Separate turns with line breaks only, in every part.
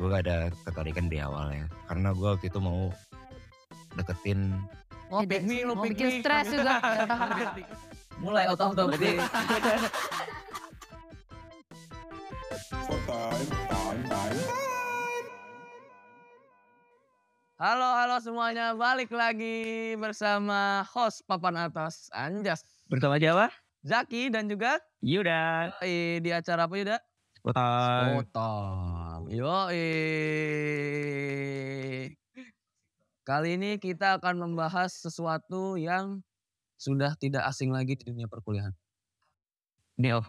gue gak ada ketarikan di awal ya karena gue waktu itu mau deketin
Mau
Tidak
pick me, lo
mau
pick
bikin
me.
stres juga.
mulai otak otak
Berarti-
Halo, halo semuanya. Balik lagi bersama host Papan Atas Anjas.
Bersama Jawa,
Zaki dan juga
Yuda.
eh, di acara apa Yuda?
Kota.
Spotam. Yo, Kali ini kita akan membahas sesuatu yang sudah tidak asing lagi di dunia perkuliahan.
Neo.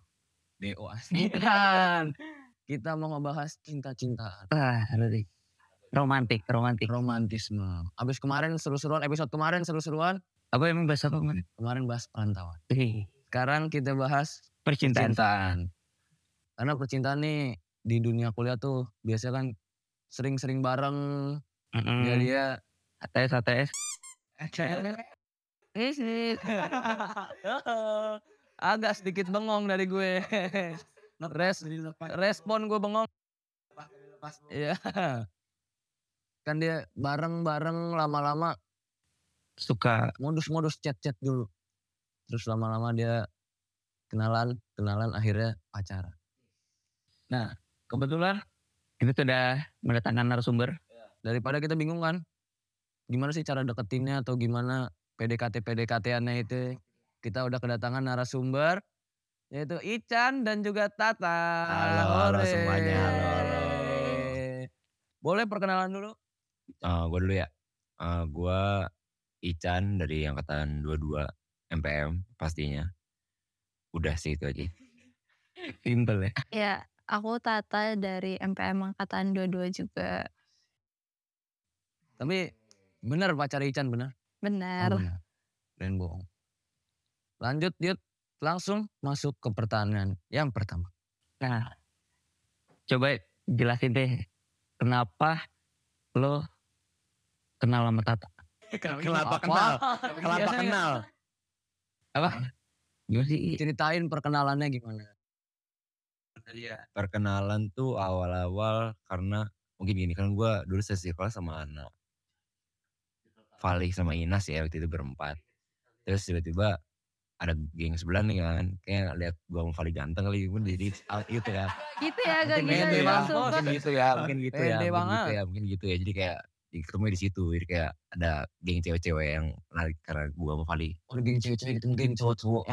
DO asingkan. kita mau membahas cinta-cintaan,
Ah, berarti. Romantik, romantik.
romantisme. Abis kemarin seru-seruan, episode kemarin seru-seruan,
Apa emang bahasa apa kemarin?
kemarin bahas perantauan.
Hei,
Sekarang kita bahas
Percintaan.
percintaan. Karena percintaan nih di dunia kuliah tuh biasanya kan sering-sering bareng.
Mm-mm.
Ya dia
ATS, ATS.
Agak sedikit bengong dari gue. Res- respon gue bengong. Iya. Kan dia bareng-bareng lama-lama
Suka.
modus-modus chat-chat dulu. Terus lama-lama dia kenalan, kenalan akhirnya pacaran.
Nah,
Kebetulan kita sudah mendatangkan narasumber.
Iya. Daripada kita bingung kan, gimana sih cara deketinnya atau gimana PDKT-PDKT-annya itu. Kita udah kedatangan narasumber, yaitu Ican dan juga Tata.
Halo, halo
Hore.
semuanya, halo, halo.
Boleh perkenalan dulu?
eh gue dulu ya Eh gue Ican dari angkatan 22 MPM pastinya udah sih itu aja
Simple ya.
ya, aku Tata dari MPM angkatan 22 juga.
Tapi bener pacar Ican bener.
Benar.
Benar. Dan bohong. Lanjut Yud. Langsung masuk ke pertanyaan yang pertama.
Coba jelasin deh. Kenapa lo kenal sama Tata?
Kenapa kenal? Kenapa kenal?
Gimana sih?
Ceritain perkenalannya gimana.
perkenalan tuh awal-awal karena mungkin gini kan gue dulu sekolah sama anak Fali sama Inas ya waktu itu berempat terus tiba-tiba ada geng sebelah nih kan kayak lihat gue sama Fali ganteng kali gue jadi out gitu ya
Gitu ya, gak
mungkin
gitu
gitu ya,
ya. langsung
mungkin
ke-
gitu ya mungkin gitu ya
Pede
mungkin
banget.
gitu ya mungkin gitu ya jadi kayak ketemu di situ jadi kayak ada geng cewek-cewek yang menarik karena gue sama Fali
Oh, geng cewek-cewek gitu, geng cowok-cowok.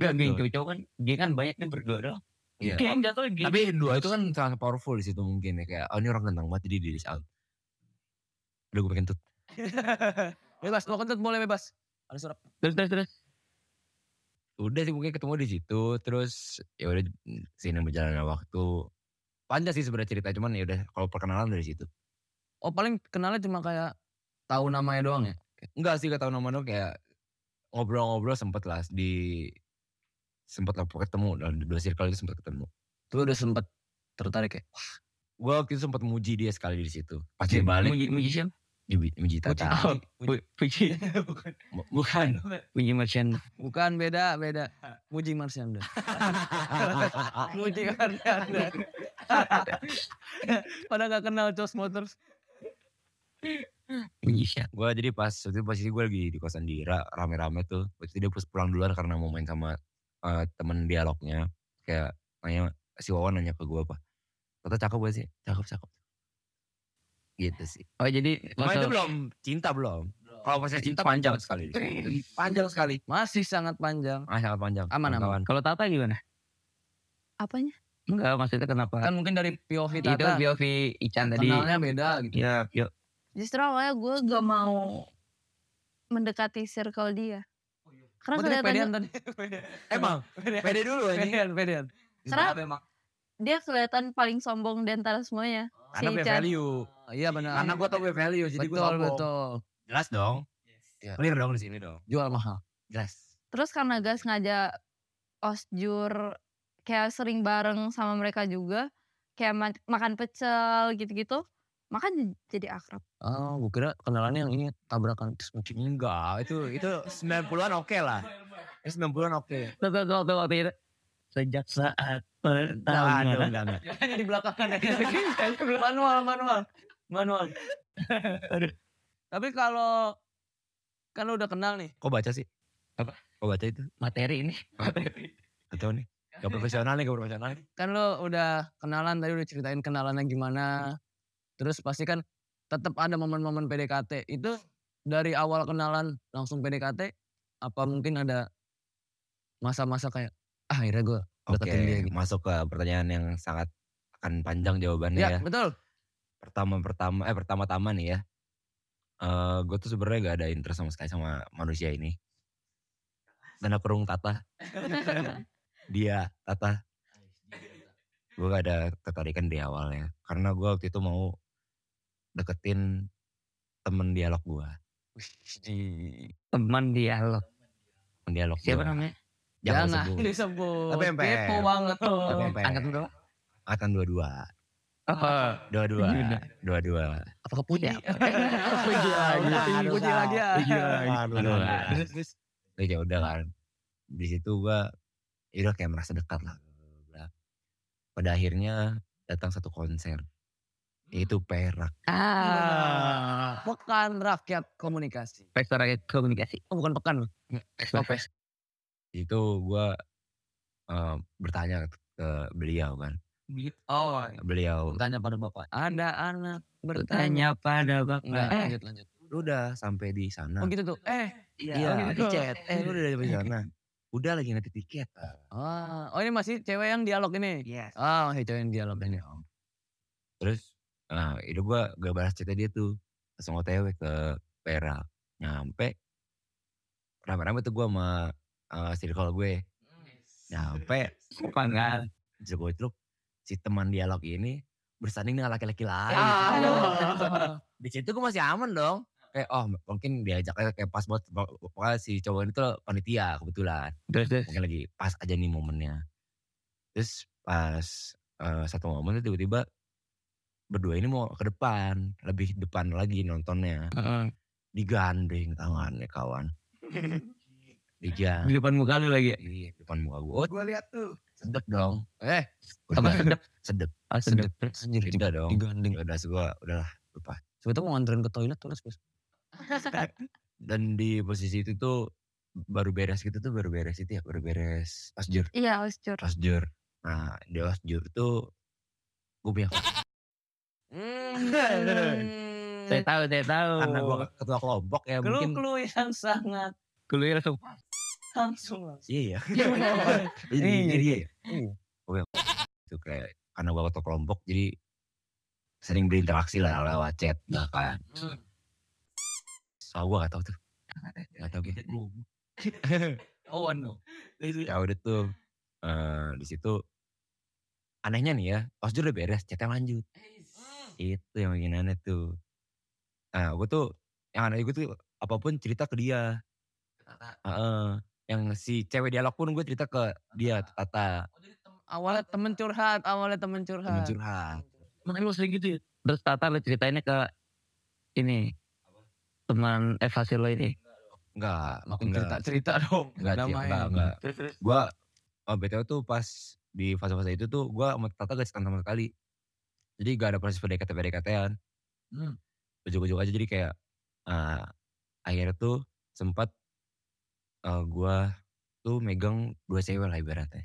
Gak geng cowok kan, geng kan banyak nih berdua doang.
Iya.
Geng jatuh geng.
tapi dua itu kan sangat powerful di situ mungkin ya kayak oh ini orang ganteng banget jadi di out udah gue pengen tut
Bebas, mau kentut boleh bebas. Ada surat.
terus terus terus.
udah sih mungkin ketemu di situ terus ya udah sini berjalannya waktu panjang sih sebenarnya cerita cuman ya udah kalau perkenalan dari situ
Oh, paling kenalnya cuma kayak tahu namanya doang ya.
enggak sih gak tau nama lo kayak ngobrol-ngobrol sempet lah di sempet lah ketemu dalam dua circle itu sempet ketemu
Tuh udah sempet tertarik ya.
gue waktu itu sempat muji dia sekali di situ pas dia balik
Muji muji siapa?
di, muji tata
Oh, Pu- Puji
Bu- bukan
Puji Marcian.
Bukan beda, beda. Muji Marsyanda. Muji Marsyanda. Padahal gak kenal Jos Motors.
Puji siapa?
gue jadi pas waktu itu posisi gue lagi di kosan Dira rame-rame tuh waktu itu dia pus- pulang duluan karena mau main sama eh, temen dialognya kayak nanya si Wawan nanya ke gue apa Tata cakep gak sih cakep cakep gitu sih
Oh jadi
Cuma itu
masa-
belum cinta belum kalau proses cinta panjang sekali panjang sekali
Masih sangat panjang.
ah sangat panjang
Aman, aman.
kawan-kawan.
kalau Tata gimana?
Apanya?
Enggak maksudnya kenapa?
Kan mungkin dari POV
Itu
Tata.
POV Ican tadi.
Kenalnya beda gitu.
Ya, yuk.
Justru awalnya gue gak mau mendekati circle dia.
Oh, iya.
Karena
Gua tadi pedean
kelihatannya
tadi.
emang
Pedean,
pede dulu anjing
pedean, pedean.
Serap. dia kelihatan paling sombong di antara semuanya.
karena
Si
gue
Ican.
value
Iya benar.
karena gue tau gue value jadi gue
betul, betul.
jelas dong
Iya.
clear dong di sini dong
Jual mahal.
jelas
Terus karena gak sengaja osjur kayak sering bareng sama mereka juga, kayak ma- makan pecel gitu-gitu, makan jadi akrab.
Oh, gue kira kenalannya yang ini tabrakan.
Enggak, itu itu 90-an oke lah. Itu 90-an oke.
Tuh, tuh, tuh, tuh, waktu itu. Sejak saat
Aduh,
pertama.
enggak, enggak. Nyanyi di belakangan ya. manual, manual. Manual.
Aduh.
Tapi kalau kan lu udah kenal nih.
Kok baca sih?
Apa?
Kok baca itu?
Materi ini.
Gak tau nih. Gak profesional nih, gak profesional nih.
Kan lu udah kenalan tadi udah ceritain kenalannya gimana. Terus pasti kan tetap ada momen-momen PDKT. Itu dari awal kenalan langsung PDKT apa mungkin ada masa-masa kayak ah, akhirnya gue
Oke,
Deketin dia gitu.
masuk ke pertanyaan yang sangat akan panjang
Iya,
jawabannya
ya,
ya.
betul
Pertama-pertama, eh pertama-tama nih ya. Eh, gue tuh sebenarnya gak ada interest sama sekali sama manusia ini. Tanda kurung Tata. dia, Tata. Gue gak ada tertarikan di awalnya. Karena gue waktu itu mau deketin temen dialog gue.
Teman dialog.
Temen dialog
Siapa
gua.
namanya?
Jangan,
jangan
sebut.
disebut
Tapi MPR.
kepo banget tuh
Tapi MPR.
Angkat berapa?
Akan dua-dua.
Oh,
Dua-dua.
Gimana?
Dua-dua.
apa kepunya?
Puji lagi. Puji lagi ya.
Aduh, aduh, aduh. Terus ya udah kan. Di situ gua ya udah kayak merasa dekat lah. Nah, Pada akhirnya datang satu konser. Yaitu Perak.
Ah.
Pekan Rakyat Komunikasi.
Pesta rakyat komunikasi.
Oh bukan pekan.
Pesta pesta.
Di situ gua eh, bertanya ke- ke beliau kan.
Oh.
Beliau,
Tanya pada bapak.
Ada anak bertanya.
Bertanya pada bapak.
Enggak,
Eh,
lanjut lanjut.
lu udah sampai di sana.
Oh gitu tuh. Eh,
Iya,
Iya.
di chat. Eh, lu udah sampai di sana. Udah lagi nanti tiket.
ah, oh ini masih cewek yang dialog ini.
Yes.
Oh,
Ah, masih cewek yang dialog ini.
Terus nah, itu gua gak balas cerita dia tuh. Langsung otw ke Perak. Nyampe. Rame-rame tuh gua sama eh, circle gue. Nyampe.
Bukan kan?
Joko itu si teman dialog ini bersanding dengan laki-laki lain.
Ya Ah.
Di situ gue masih aman dong. Kayak oh mungkin diajak eh, kayak kayak pas buat pokoknya si cowok itu panitia kebetulan.
Terus terus.
Mungkin lagi pas aja nih momennya. Terus pas eh, satu momen tuh tiba-tiba berdua ini mau ke depan, lebih depan lagi nontonnya.
Heeh.
Digandeng tangannya kawan.
Di
Digandeng
depan muka lu lagi.
di depan muka gue.
Gua lihat tuh.
Sedek dong.
Eh,
Apa
Udah,
sedep?
sedek.
Ah,
Oh, sedep. Terus.
anjir
Udah dong.
digandeng.
Udah gue udah lupa.
Sebetulnya mau nganterin ke toilet terus, Bos.
dan di posisi itu tuh baru beres gitu tuh baru beres itu ya baru beres asjur
Iya, uscur.
asjur nah di asjur tuh gue punya
Saya tahu, saya tahu.
karena gue ketua kelompok ya mungkin
Kelu-kelu yang sangat
Kuliah langsung.
langsung langsung.
iya ya
Iya, iya,
iya ya
iya.
gue itu kayak karena gue ketua kelompok jadi sering berinteraksi lah lewat chat lah kan soal gue gak tau tuh gak tau gitu
Oh, no.
ya udah tuh eh di situ anehnya nih ya osjur udah beres chatnya lanjut itu yang bikin aneh tuh nah gue tuh yang aneh gue tuh apapun cerita ke dia Heeh. yang si cewek dialog pun gue cerita ke dia tata
Awalnya temen curhat, awalnya temen
temen
curhat.
curhat
Makanya lu sering gitu ya. Terus Tata lu ceritainnya ke ini. Teman evaluasi lo ini.
Oh, enggak
Makin cerita cerita dong.
enggak enggak
damai.
enggak, enggak.
Terus terus.
gue oh, btw tuh pas di fase-fase itu tuh gue sama Tata gak cerita sama sekali jadi gak ada proses PDKT PDKT-an
Hmm.
ujung-ujung aja jadi kayak eh akhirnya tuh sempat eh gue tuh megang dua cewek lah ibaratnya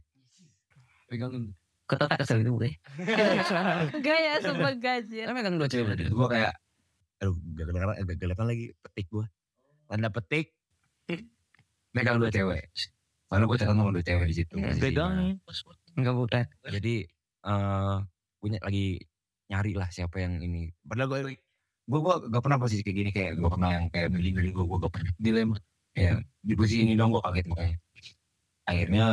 Pegang. Kok Tata kesel gitu, ya? itu bukan?
Enggak ya, sumpah gajir.
Tapi megang dua cewek berarti.
gue kayak aduh gak kelihatan eh, gak kelihatan lagi petik gue tanda petik megang dua cewek karena gue cerita sama dua cewek di situ
Iya. Pegang. Enggak eh. bukan.
jadi eh punya lagi nyari lah siapa yang ini padahal gue gue gue gak pernah posisi kayak gini kayak gue pernah yang kayak beli beli gue gue gak pernah dilema ya di posisi ini dong gue kaget makanya akhirnya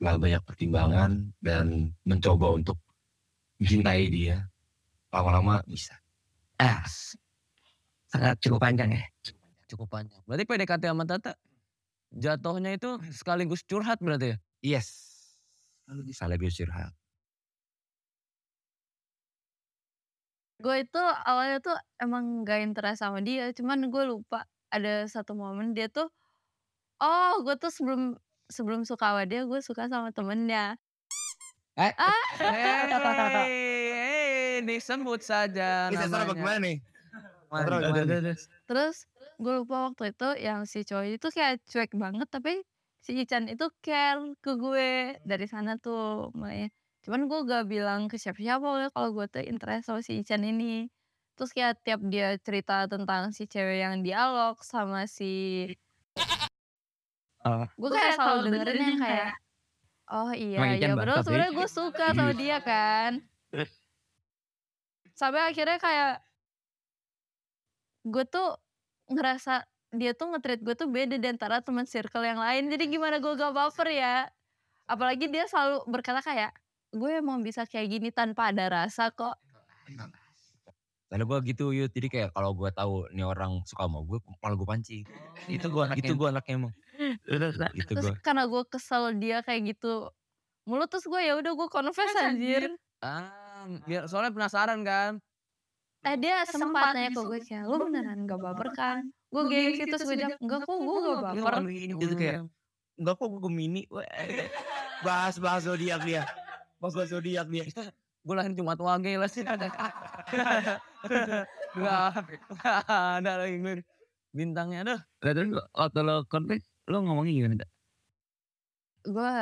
setelah banyak pertimbangan dan mencoba untuk mencintai dia lama-lama bisa
Ah. Sangat cukup panjang ya.
Cukup panjang. Berarti PDKT sama Tata jatuhnya itu sekaligus curhat berarti ya?
yes lalu bisa lebih curhat
Gue itu awalnya tuh emang gak interest sama dia. Cuman gue lupa ada satu momen dia tuh. Oh, gue tuh sebelum sebelum suka sama dia gue suka sama temennya
Eh?
ah
Hei, disebut saja
Ini sastra apa
namanya.
gimana nih?
Gimana,
Sastra udah
gimana?
ada nih.
terus gue lupa waktu itu yang si cowok itu kayak cuek banget tapi si Ican itu care ke gue dari sana tuh mulanya cuman gue gak bilang ke siapa-siapa pokoknya kalau gue tuh interest sama si Ican ini terus kayak tiap dia cerita tentang si cewek yang dialog sama si
Oh.
gue kayak selalu dengerin yang kayak oh iya
Emang Ican
ya padahal
bangsat ya?
sebenarnya gue suka sama dia kan sampai akhirnya kayak gue tuh ngerasa dia tuh nge-treat gue tuh beda di antara teman circle yang lain jadi gimana gue gak baper ya apalagi dia selalu berkata kayak gue emang bisa kayak gini tanpa ada rasa kok
Karena gue gitu yuk, jadi kayak kalau gue tahu nih orang suka sama gue, malah gue pancing. itu gue, itu gue anaknya emang,
Terus nah,
itu gue.
terus karena gue kesel dia kayak gitu mulu terus gue ya udah gue confess anjir
Ah, biar soalnya penasaran kan.
Eh dia
sempat
sempat gitu nanya ke
nyusul
gue
gue,
kayak lu beneran gak baper kan? Gue geng gitu terus gue jawab enggak kok gue gak baper.
gitu,
Itu kayak,
Hmm.
enggak kok gue gemini. Wah, eh. Bahas-bahas zodiak dia. Bahas-bahas zodiak dia.
Gue lahir Jumat Wage lah sih. Gak, gak ada lagi gue. Bintangnya aduh.
nah, terus waktu lo konflik lo ngomongnya gimana? Kak?
Gue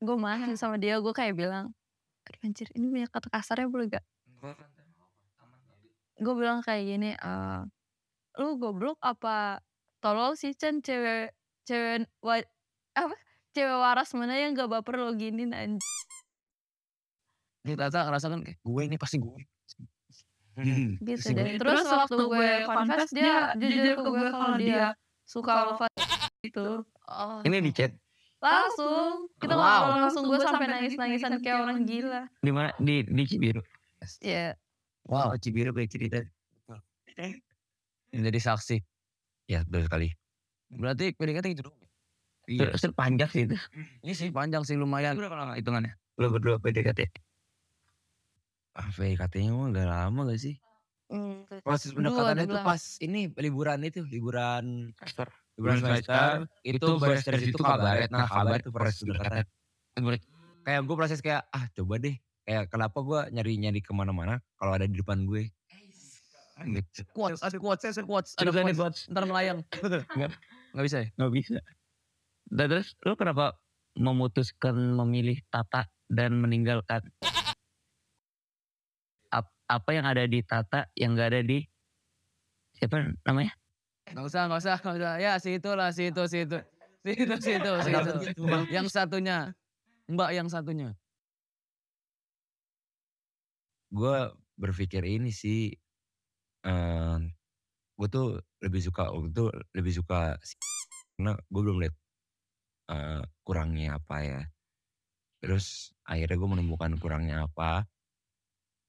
gue marah sama dia gue kayak bilang "Aduh, anjir ini punya kata ya, kasarnya boleh gak? kan Gue bilang kayak gini "Eh, lu goblok apa tolol sih Chan cewek cewek wa- apa cewek waras mana yang gak baper lo giniin anjir.
Kita rasa ngerasa kan kayak gue ini pasti gue.
gitu
Sih,
deh. Terus, waktu gue confess dia jujur ke gue kalau dia suka sama Fat- itu. Oh.
Ini di chat
langsung kita
Wow.
ngobrol langsung gue sampai nangis nangisan kayak kan orang gila
di mana di di Cibiru.
ya
Wow, Cibiru kayak cerita.
Menjadi saksi.
Ya, betul sekali.
Berarti PDKT gitu dong.
Iya.
Terus panjang sih itu.
Ini sih panjang sih lumayan.
Berapa lama hitungannya? Lo berdua PDKT.
PDKT-nya mah udah lama gak sih?
Hmm,
Proses
Dua,
pendekatannya itu
dibilang.
pas ini liburan itu, liburan
Semester.
liburan
Liburan
semester. Itu
baru
proses
dari
itu
situ
kabaret. Nah, kabar
kabaret
itu proses pendekatan. Kayak gue proses kayak, ah coba deh. Kayak kenapa gue nyari-nyari kemana-mana kalau ada di depan gue. Gitu.
Quotes, ada quotes, ada quotes. Ada
Ada nih
quotes.
buat
Ntar melayang.
Nggak.
Gak bisa ya?
nggak bisa. Dan terus lo kenapa memutuskan memilih Tata dan meninggalkan Ap- apa yang ada di Tata yang gak ada di siapa namanya?
Gak usah, gak usah, gak usah. Ya, si itulah, si itu, si itu. Si itu, si itu, si itu. Yang satunya. Mbak yang satunya.
Gue berpikir ini sih, eh gue tuh lebih suka, gue tuh lebih suka si- karena gue belum lihat eh, kurangnya apa ya. Terus akhirnya gue menemukan kurangnya apa.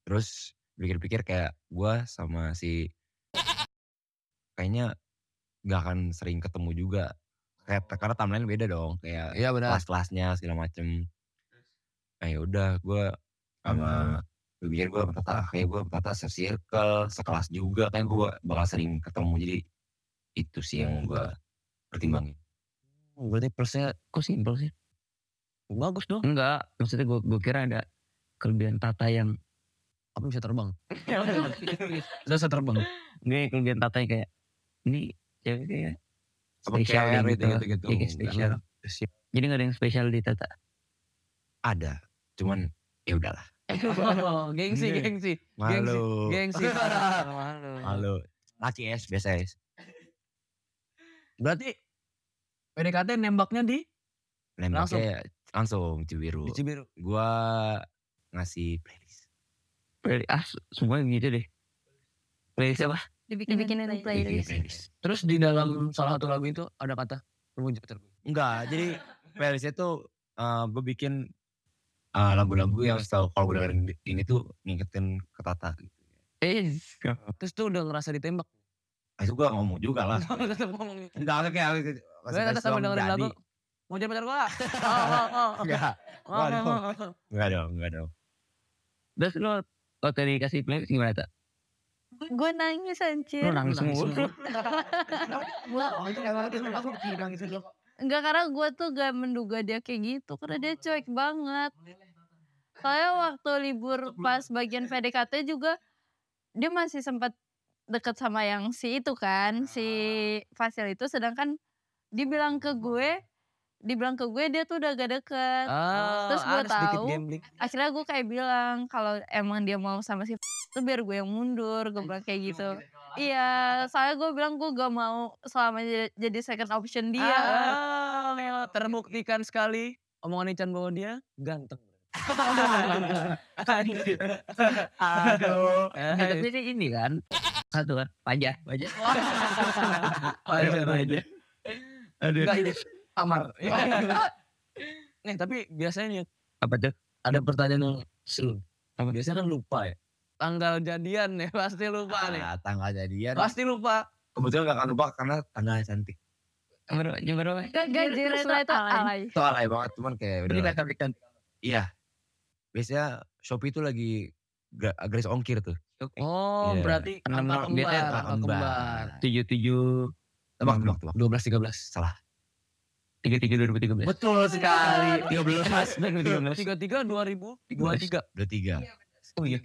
Terus pikir-pikir kayak gue sama si kayaknya gak akan sering ketemu juga. Kayak, karena timeline beda dong. Kayak
Iya benar.
kelas-kelasnya segala macem nah yaudah gue sama gue pikir gue berkata kayak gue berkata circle sekelas juga kan gue bakal sering ketemu jadi itu sih yang gue pertimbangin
Oh, Berarti persnya
Kok simpel sih?
bagus dong.
Enggak, maksudnya gue gue kira ada kelebihan Tata yang
Apa bisa terbang?
Enggak
Udah bisa terbang.
yang kelebihan Tata yang kayak ini cewek kayak
Apa
spesial
care
gitu,
gitu-gitu gitu.
Oh,
Iya, kayak spesial. Jadi gak ada yang spesial di Tata.
ada cuman ya udahlah
Oh, gengsi,
Iya.
gengsi.
malu
Gengsi.
malu laki es biasa es
Berarti PDKT nembaknya di
nembaknya langsung cibiru
di Cibiru.
gue ngasih playlist
Berarti ah semuanya gitu deh. Playlist apa?
Dibikinin,
dibikinin
Bikin
playlist
playlist
Terus di dalam salah satu lagu itu ada kata berwujud terbu.
Enggak, jadi playlistnya tuh eh gue bikin eh, lagu-lagu yang setahu kalau gue dengerin di- ini tuh ngingetin ke Tata gitu.
Eh,
Terus tuh udah ngerasa ditembak.
Nah, itu gue ngomong juga lah.
Tetap ngomongnya.
Enggak, kayak kayak
Gue kata sama dengerin lagu. Mau jadi pacar gua. Oh, oh, oh, oh.
Enggak,
Oh, oh,
Waduh.
oh, oh.
enggak dong, enggak dong.
terus lo waktu dikasih playlist gimana Tata?
gue nangis
Lo
anjir
nangis mulu.
Wah, oh, itu nggak bagus. Aku bilang gitu.
Enggak karena gue tuh gak menduga dia kayak gitu karena dia cuek banget. Soalnya waktu libur pas bagian PDKT juga dia masih sempat deket sama yang si itu kan si Fasil itu sedangkan dibilang ke gue dibilang ke gue dia tuh udah gak deket
Ah,
Terus gua
ada sedikit
tahu.
gambling.
akhirnya gue kayak bilang kalau emang dia mau sama si itu biar gue yang mundur gue bilang kayak gitu iya soalnya gue bilang gue gak mau selama jadi- jadi second option dia
Iya, Ah, Leo, terbuktikan sekali omongan Ican bahwa dia ganteng.
Aduh.
Eh,
tapi ini ini kan. Satu kan. Pajak. Pajak.
Pajak, pajak.
Aduh.
Enggak ini Amar. Nih tapi biasanya nih,
Apa tuh?
ada pertanyaan yang seru.
Apa?
Biasanya kan lupa ya. Tanggal jadian nih pasti lupa nih.
Nah, tanggal jadian.
Pasti lupa.
Kebetulan gak akan lupa karena tanggalnya cantik.
Berapa? Berapa?
gak gaji
Terus
itu
ternyata
alay
Soalnya banget cuman kayak udah.
kan-
lah.
Berikan-berikan.
Iya. Biasanya Shopee itu lagi ga- grace ongkir tuh.
Oh,
Iya.
berarti
Karena
angka
memang biasanya
kembar,
angka
angka kembar.
Tujuh tujuh.
Tebak, tebak, tebak.
12 13.
Salah.
Tiga tiga dua ribu tiga belas.
Betul sekali.
13
33 2000 23.
23 tiga.
Oh iya.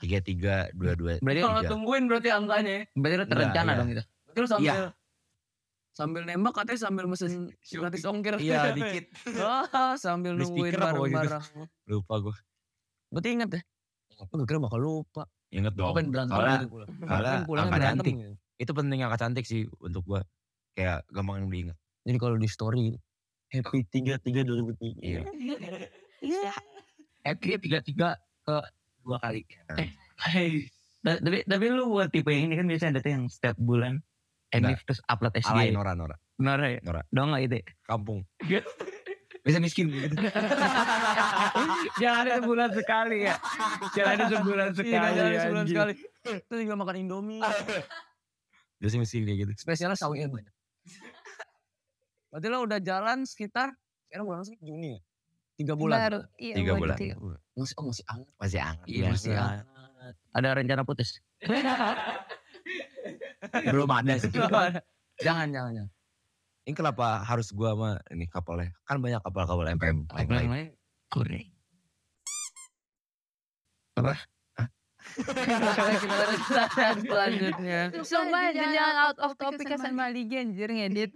Tiga tiga dua dua.
Berarti iya.
Kalau tungguin berarti angkanya ya.
berarti lu terencana
iya.
dong itu. Iya.
Itu lu sambil sambil nembak katanya sambil mesin gratis ongkir.
Iya dikit.
Wah, Oh, sambil
Beli
nungguin
speaker apa gitu?
barang-barang.
Lupa gue.
Berarti inget ya? Apa gak kira bakal lupa.
Ingat dong.
Pengen berantem
Soalnya-
gitu pulang.
soalnya
Pengen pulangnya
angka
berantem
cantik.
gitu.
Itu penting angka cantik sih untuk gue. Kayak gampang diingat.
Jadi kalau di story gitu. happy 33 2003.
Iya.
Iya,
Happy tiga tiga ke dua kali. Eh, hey. Ta- Tapi tapi lu buat tipe yang ini kan biasanya ada tuh yang setiap bulan
Enggak.
edit terus upload
Alay
SG.
Nora Nora.
Nora ya?
Nora.
Dong nggak itu. ya?
Kampung. Bisa miskin gitu.
Jalannya sebulan sekali ya. Jalannya sebulan
Iya, jalan sebulan
anjing.
sekali. Itu juga makan Indomie.
Bisa miskin kayak gitu.
Spesialnya sawi banyak. Berarti lo udah jalan sekitar sekarang bulan sih Juni ya? Tiga bulan.
baru iya,
Tiga
baru
bulan.
tiga.
Masih oh masih hangat.
Masih anget.
Iya, masih
gitu ya. Iya.
hangat. Ada rencana putus.
Belum ada sih.
jangan jangan jangan.
Ini kenapa harus gua sama ini kapalnya? Kan banyak kapal-kapal MPM lain lain.
lain. Kuring.
kita lanjut pertanyaan selanjutnya.
Coba jangan out of topic kesan Maligi anjir ngedit.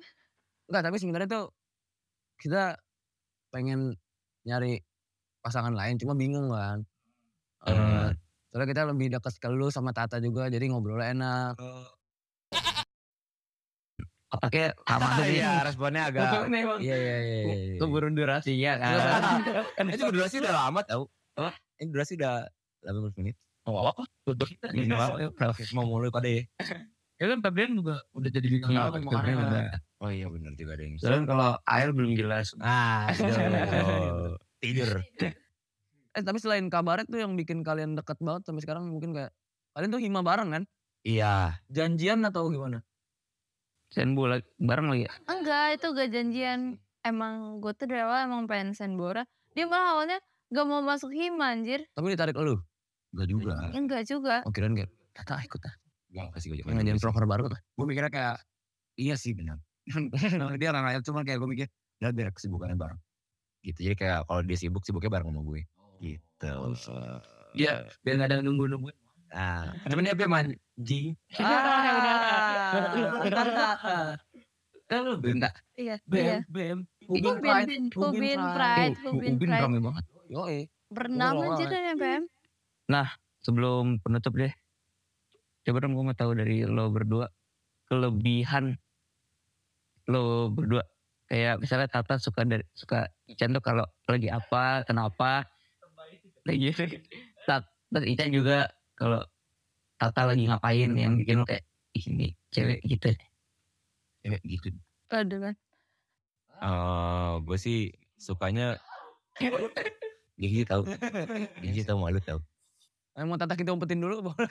Enggak tapi sebenarnya tuh kita pengen nyari pasangan lain cuma bingung kan. Eh,
Hmm.
soalnya kita lebih dekat ke lu sama Tata juga jadi ngobrolnya enak.
Otaknya lama aja.
Iya, responnya agak. Iya iya iya. iya, iya.
Keburun durasi ya kan.
kan itu durasi udah lama tau.
Apa?
Ini durasi udah 18 menit.
Oh, apa? Tutup kita.
Iya.
Ini apa?
Mau mulai pada ya.
Ya kan Fabian juga udah jadi bintang
Iya,
tamu,
betul,
makanya
benar.
udah.
Oh iya benar juga ada yang.
Soalnya kalau air belum jelas.
Ah, aduh. tidur.
Eh tapi selain kabaret tuh yang bikin kalian deket banget sampai sekarang mungkin kayak kalian tuh hima bareng kan?
Iya.
Janjian atau gimana?
Sen bola bareng lagi. ya?
Enggak, itu gak janjian. Emang gue tuh dari awal emang pengen Senbora. Dia malah awalnya gak mau masuk hima anjir.
Tapi ditarik lu.
Enggak juga.
Enggak juga.
Oh kirain kayak Tata ikut ah.
Enggak kasih gue.
Pengen jadi proker baru ah.
Gue mikirnya kayak iya sih benar. dia orang lain cuman kayak gue mikir dia biar kesibukannya bareng. Gitu. Jadi kayak kalau dia sibuk sibuknya bareng sama gue. Gitu.
Iya, biar nggak ada yang nunggu-nunggu.
Ah, cuman dia pengen
Ji. Iya.
Ah,
Kan lu bentak.
Iya.
Bem,
Iya.
bem.
Ubin, Ubin, Ubin Pride, Ubin
Ubin
Pride.
rame banget.
Yo eh.
Berenam
Ubin
anjir
Pride.
dari MPM.
Sebelum penutup deh. Coba dong gue mau tahu dari lo berdua. Kelebihan lo berdua. Kayak misalnya Tata suka dari suka Ican tuh kalau lagi apa, kenapa. Lagi tak terus Ican juga kalau Tata lagi ngapain yang bikin lo kayak "Ih, ini cewek gitu.
cewek gitu.
Aduh kan.
Eh, gue sih sukanya Gigi tahu. Gigi tahu malu tahu.
Eh, Mau Tata kita umpetin dulu boleh.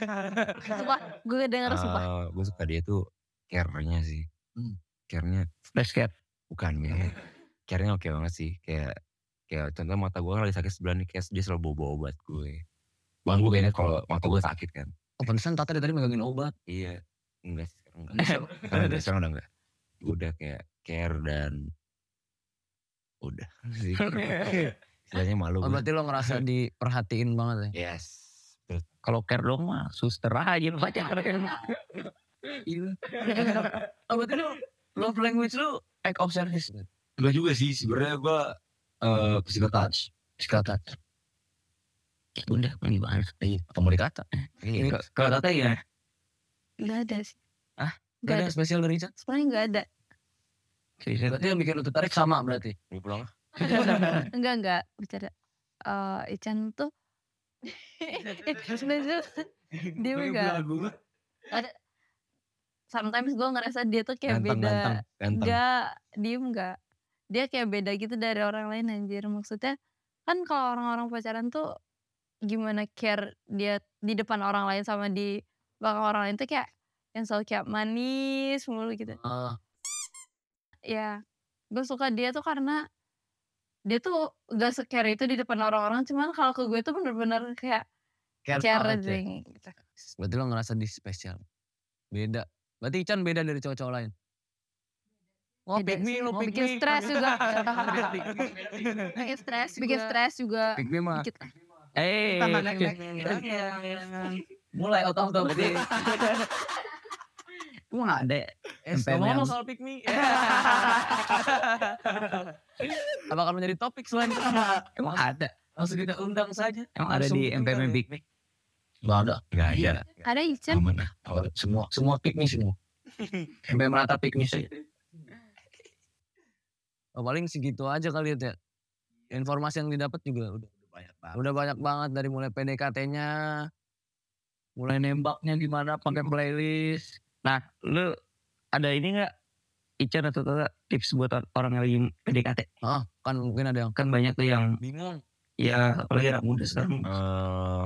Sumpah, gue denger sumpah.
Eh, gue suka dia tuh care-nya sih.
Hmm.
Care-nya
Fresh cap.
bukan ya. Care-nya oke banget sih. Kayak kayak contoh mata gue lagi sakit sebelah nih kayak dia selalu bawa obat gue. Bang gue kayaknya kalau mata gue sakit kan.
Oh pantesan Tata dari tadi megangin obat.
Iya. Enggak sih sekarang enggak. sekarang udah, sekarang udah enggak. Udah kayak care dan udah sih. Istilahnya malu.
Oh,
gue.
berarti lo ngerasa diperhatiin banget ya?
Yes.
Kalau care dong mah suster aja Gitu. pacar.
Oh, berarti lo love language lo act of service.
Enggak juga sih sebenarnya gue eh physical touch.
Physical touch. Itu Ya udah gimana? Iya.
Komunikata. Iya.
Kalau tata ya
Gak ada sih.
Ah,
Hah?
Gak
Gak ada
ada.
spesial dari Chan.
Sebenarnya gak ada.
Iya, Berarti yang bikin lo tertarik sama berarti.
Gue pulang ah.
Enggak, enggak. Bercanda. Eh Ican tuh. Sebenarnya dia enggak. Sometimes gue ngerasa dia tuh kayak
Ganteng,
Ya, beda.
ganteng, ganteng.
Enggak, diem enggak. Dia kayak beda gitu dari orang lain anjir. Maksudnya kan kalau orang-orang pacaran tuh gimana care dia di depan orang lain sama di belakang orang lain tuh kayak yang selalu kayak manis mulu gitu.
Ah,
Ya, gue suka dia tuh karena dia tuh gak se-care itu di depan orang-orang. Cuman kalau ke gue tuh bener-bener kayak
care
care
banget ya.
ding. Gitu.
Berarti lo ngerasa di spesial. Beda. Berarti Ican beda dari cowok-cowok lain. Oh,
Beda
pick me,
sih.
lo
Mau
pick
bikin
me.
stres juga.
Pick
Bikin stres, bikin stres juga.
Pick me mah.
Dikit.
Eh,
ya.
Mulai otak-otak.
gua nggak ada.
Eh,
Es
MPM
ngomong
yang-
soal pick me.
ya.
Apa akan menjadi topik selanjutnya?
Emang ada.
Langsung kita undang saja.
Emang ada di
Langsung
MPM
undang
Big
ya.
Mac.
Nggak ada.
Enggak ada.
Ada Ican.
Aman ah.
Semua.
Semua pick me semua.
MPM rata piknis aja.
Oh, paling segitu aja kali ya. Tia. Informasi yang didapat juga udah
Banyak banget.
udah banyak banget dari mulai PDKT-nya, mulai nembaknya gimana pakai playlist.
Nah, lu ada ini nggak? Ican atau Tata tips buat or- orang yang lagi PDKT?
Oh, kan mungkin ada yang
Kan banyak tuh yang
bingung. Ah.
ya apalagi anak muda sekarang.
Eh,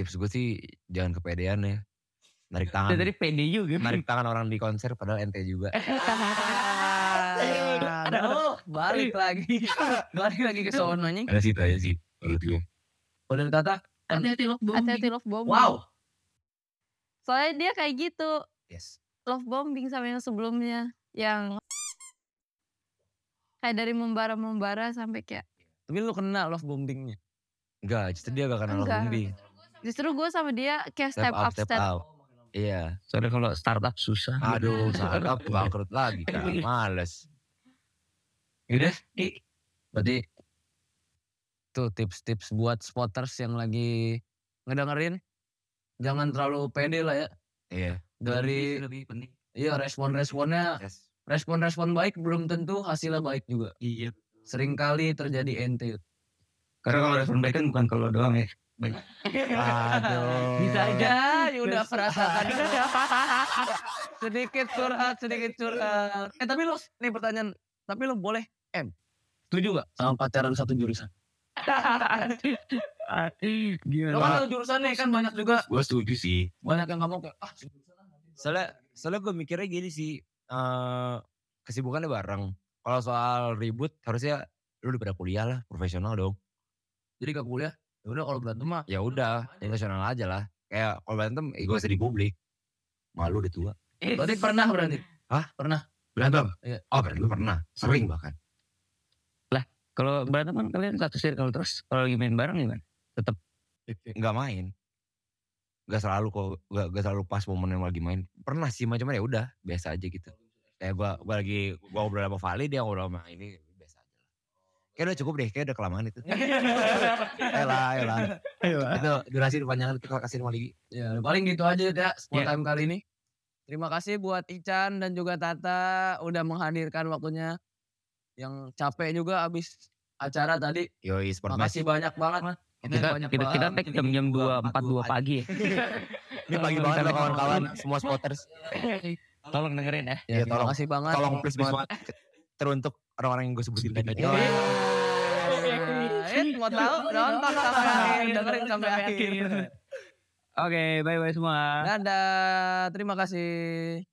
tips gue sih jangan kepedean ya. Narik tangan.
Dia tadi pede juga.
Nah,
Narik tangan orang di konser padahal ente juga.
Eh, Aduh, oh, balik lagi. balik lagi ke sononya.
Ada situ aja sih. Menurut gue.
Udah tata. Kan
Hati-hati lo bohong.
Hati-hati love bombing.
Wow.
Soalnya dia kayak gitu.
Yes.
Love bombing sama yang sebelumnya. Yang kayak dari membara-membara sampai kayak
Tapi lu kena love bombingnya.
Enggak, justru dia gak kenal
Enggak.
bombing.
justru gue sama dia kayak step, up, step, up.
Iya.
Soalnya kalau startup susah.
Ah,
Aduh, startup bangkrut lagi kan. Males.
Yaudah. Di.
Berarti tuh tips-tips buat spotters yang lagi ngedengerin jangan terlalu pede lah ya
Iya.
dari
lebih penting.
iya respon-responnya
Yes.
respon-respon baik belum tentu hasilnya baik juga
Iya.
seringkali terjadi ente
Karena kalau respon baik kan bukan kalau doang ya. Banyak.
Aduh.
bisa aja ya udah perasaan sedikit curhat sedikit curhat eh tapi lo nih pertanyaan tapi lo boleh M setuju gak sama pacaran satu jurusan
Gimana?
lo kan satu jurusan nih kan banyak juga
Gue setuju sih.
banyak yang ngomong kayak ah jurusan lah, nanti gua
Soalnya, soalnya gue mikirnya gini sih. eh kesibukannya bareng. Kalau soal ribut harusnya lu udah pada kuliah lah. Profesional dong.
jadi gak kuliah ya udah kalau berantem mah
ya udah internasional aja lah kayak kalau berantem eh, gue sedih publik malu udah tua
"Eh,
berarti pernah berarti
berantem
Iya.
oh berarti lu pernah sering bahkan
Kalau berantem kan kalian satu circle terus kalau lagi main bareng gimana?
nggak main nggak selalu kok nggak nggak selalu pas momen yang lagi main pernah sih macam ya udah biasa aja gitu kayak gue gue lagi gue ngobrol sama Vali dia ngobrol sama ini biasa aja lah kayak udah cukup deh kayak udah kelamaan itu elah elah itu durasi panjang kita kasih sama Ligi
Ya, paling gitu aja ya sport
Ya.
time kali ini. Terima kasih buat Ican dan juga Tata udah menghadirkan waktunya. Yang capek juga abis acara tadi.
yoi sport match
Makasih banyak banget.
Kita kita kita
banget.
tag jam jam dua empat dua pagi. ya.
ini pagi banget loh kawan-kawan semua spotters
Tolong dengerin ya.
Iya,
Ya, terima
tolong.
kasih banget.
tolong please banget teruntuk orang-orang yang gue sebutin tadi
Yo.
Iya.
Eh, mau tahu nonton sampai
Iya.
akhir, dengerin sampai akhir.
Oke, bye bye semua.
Dadah, terima kasih.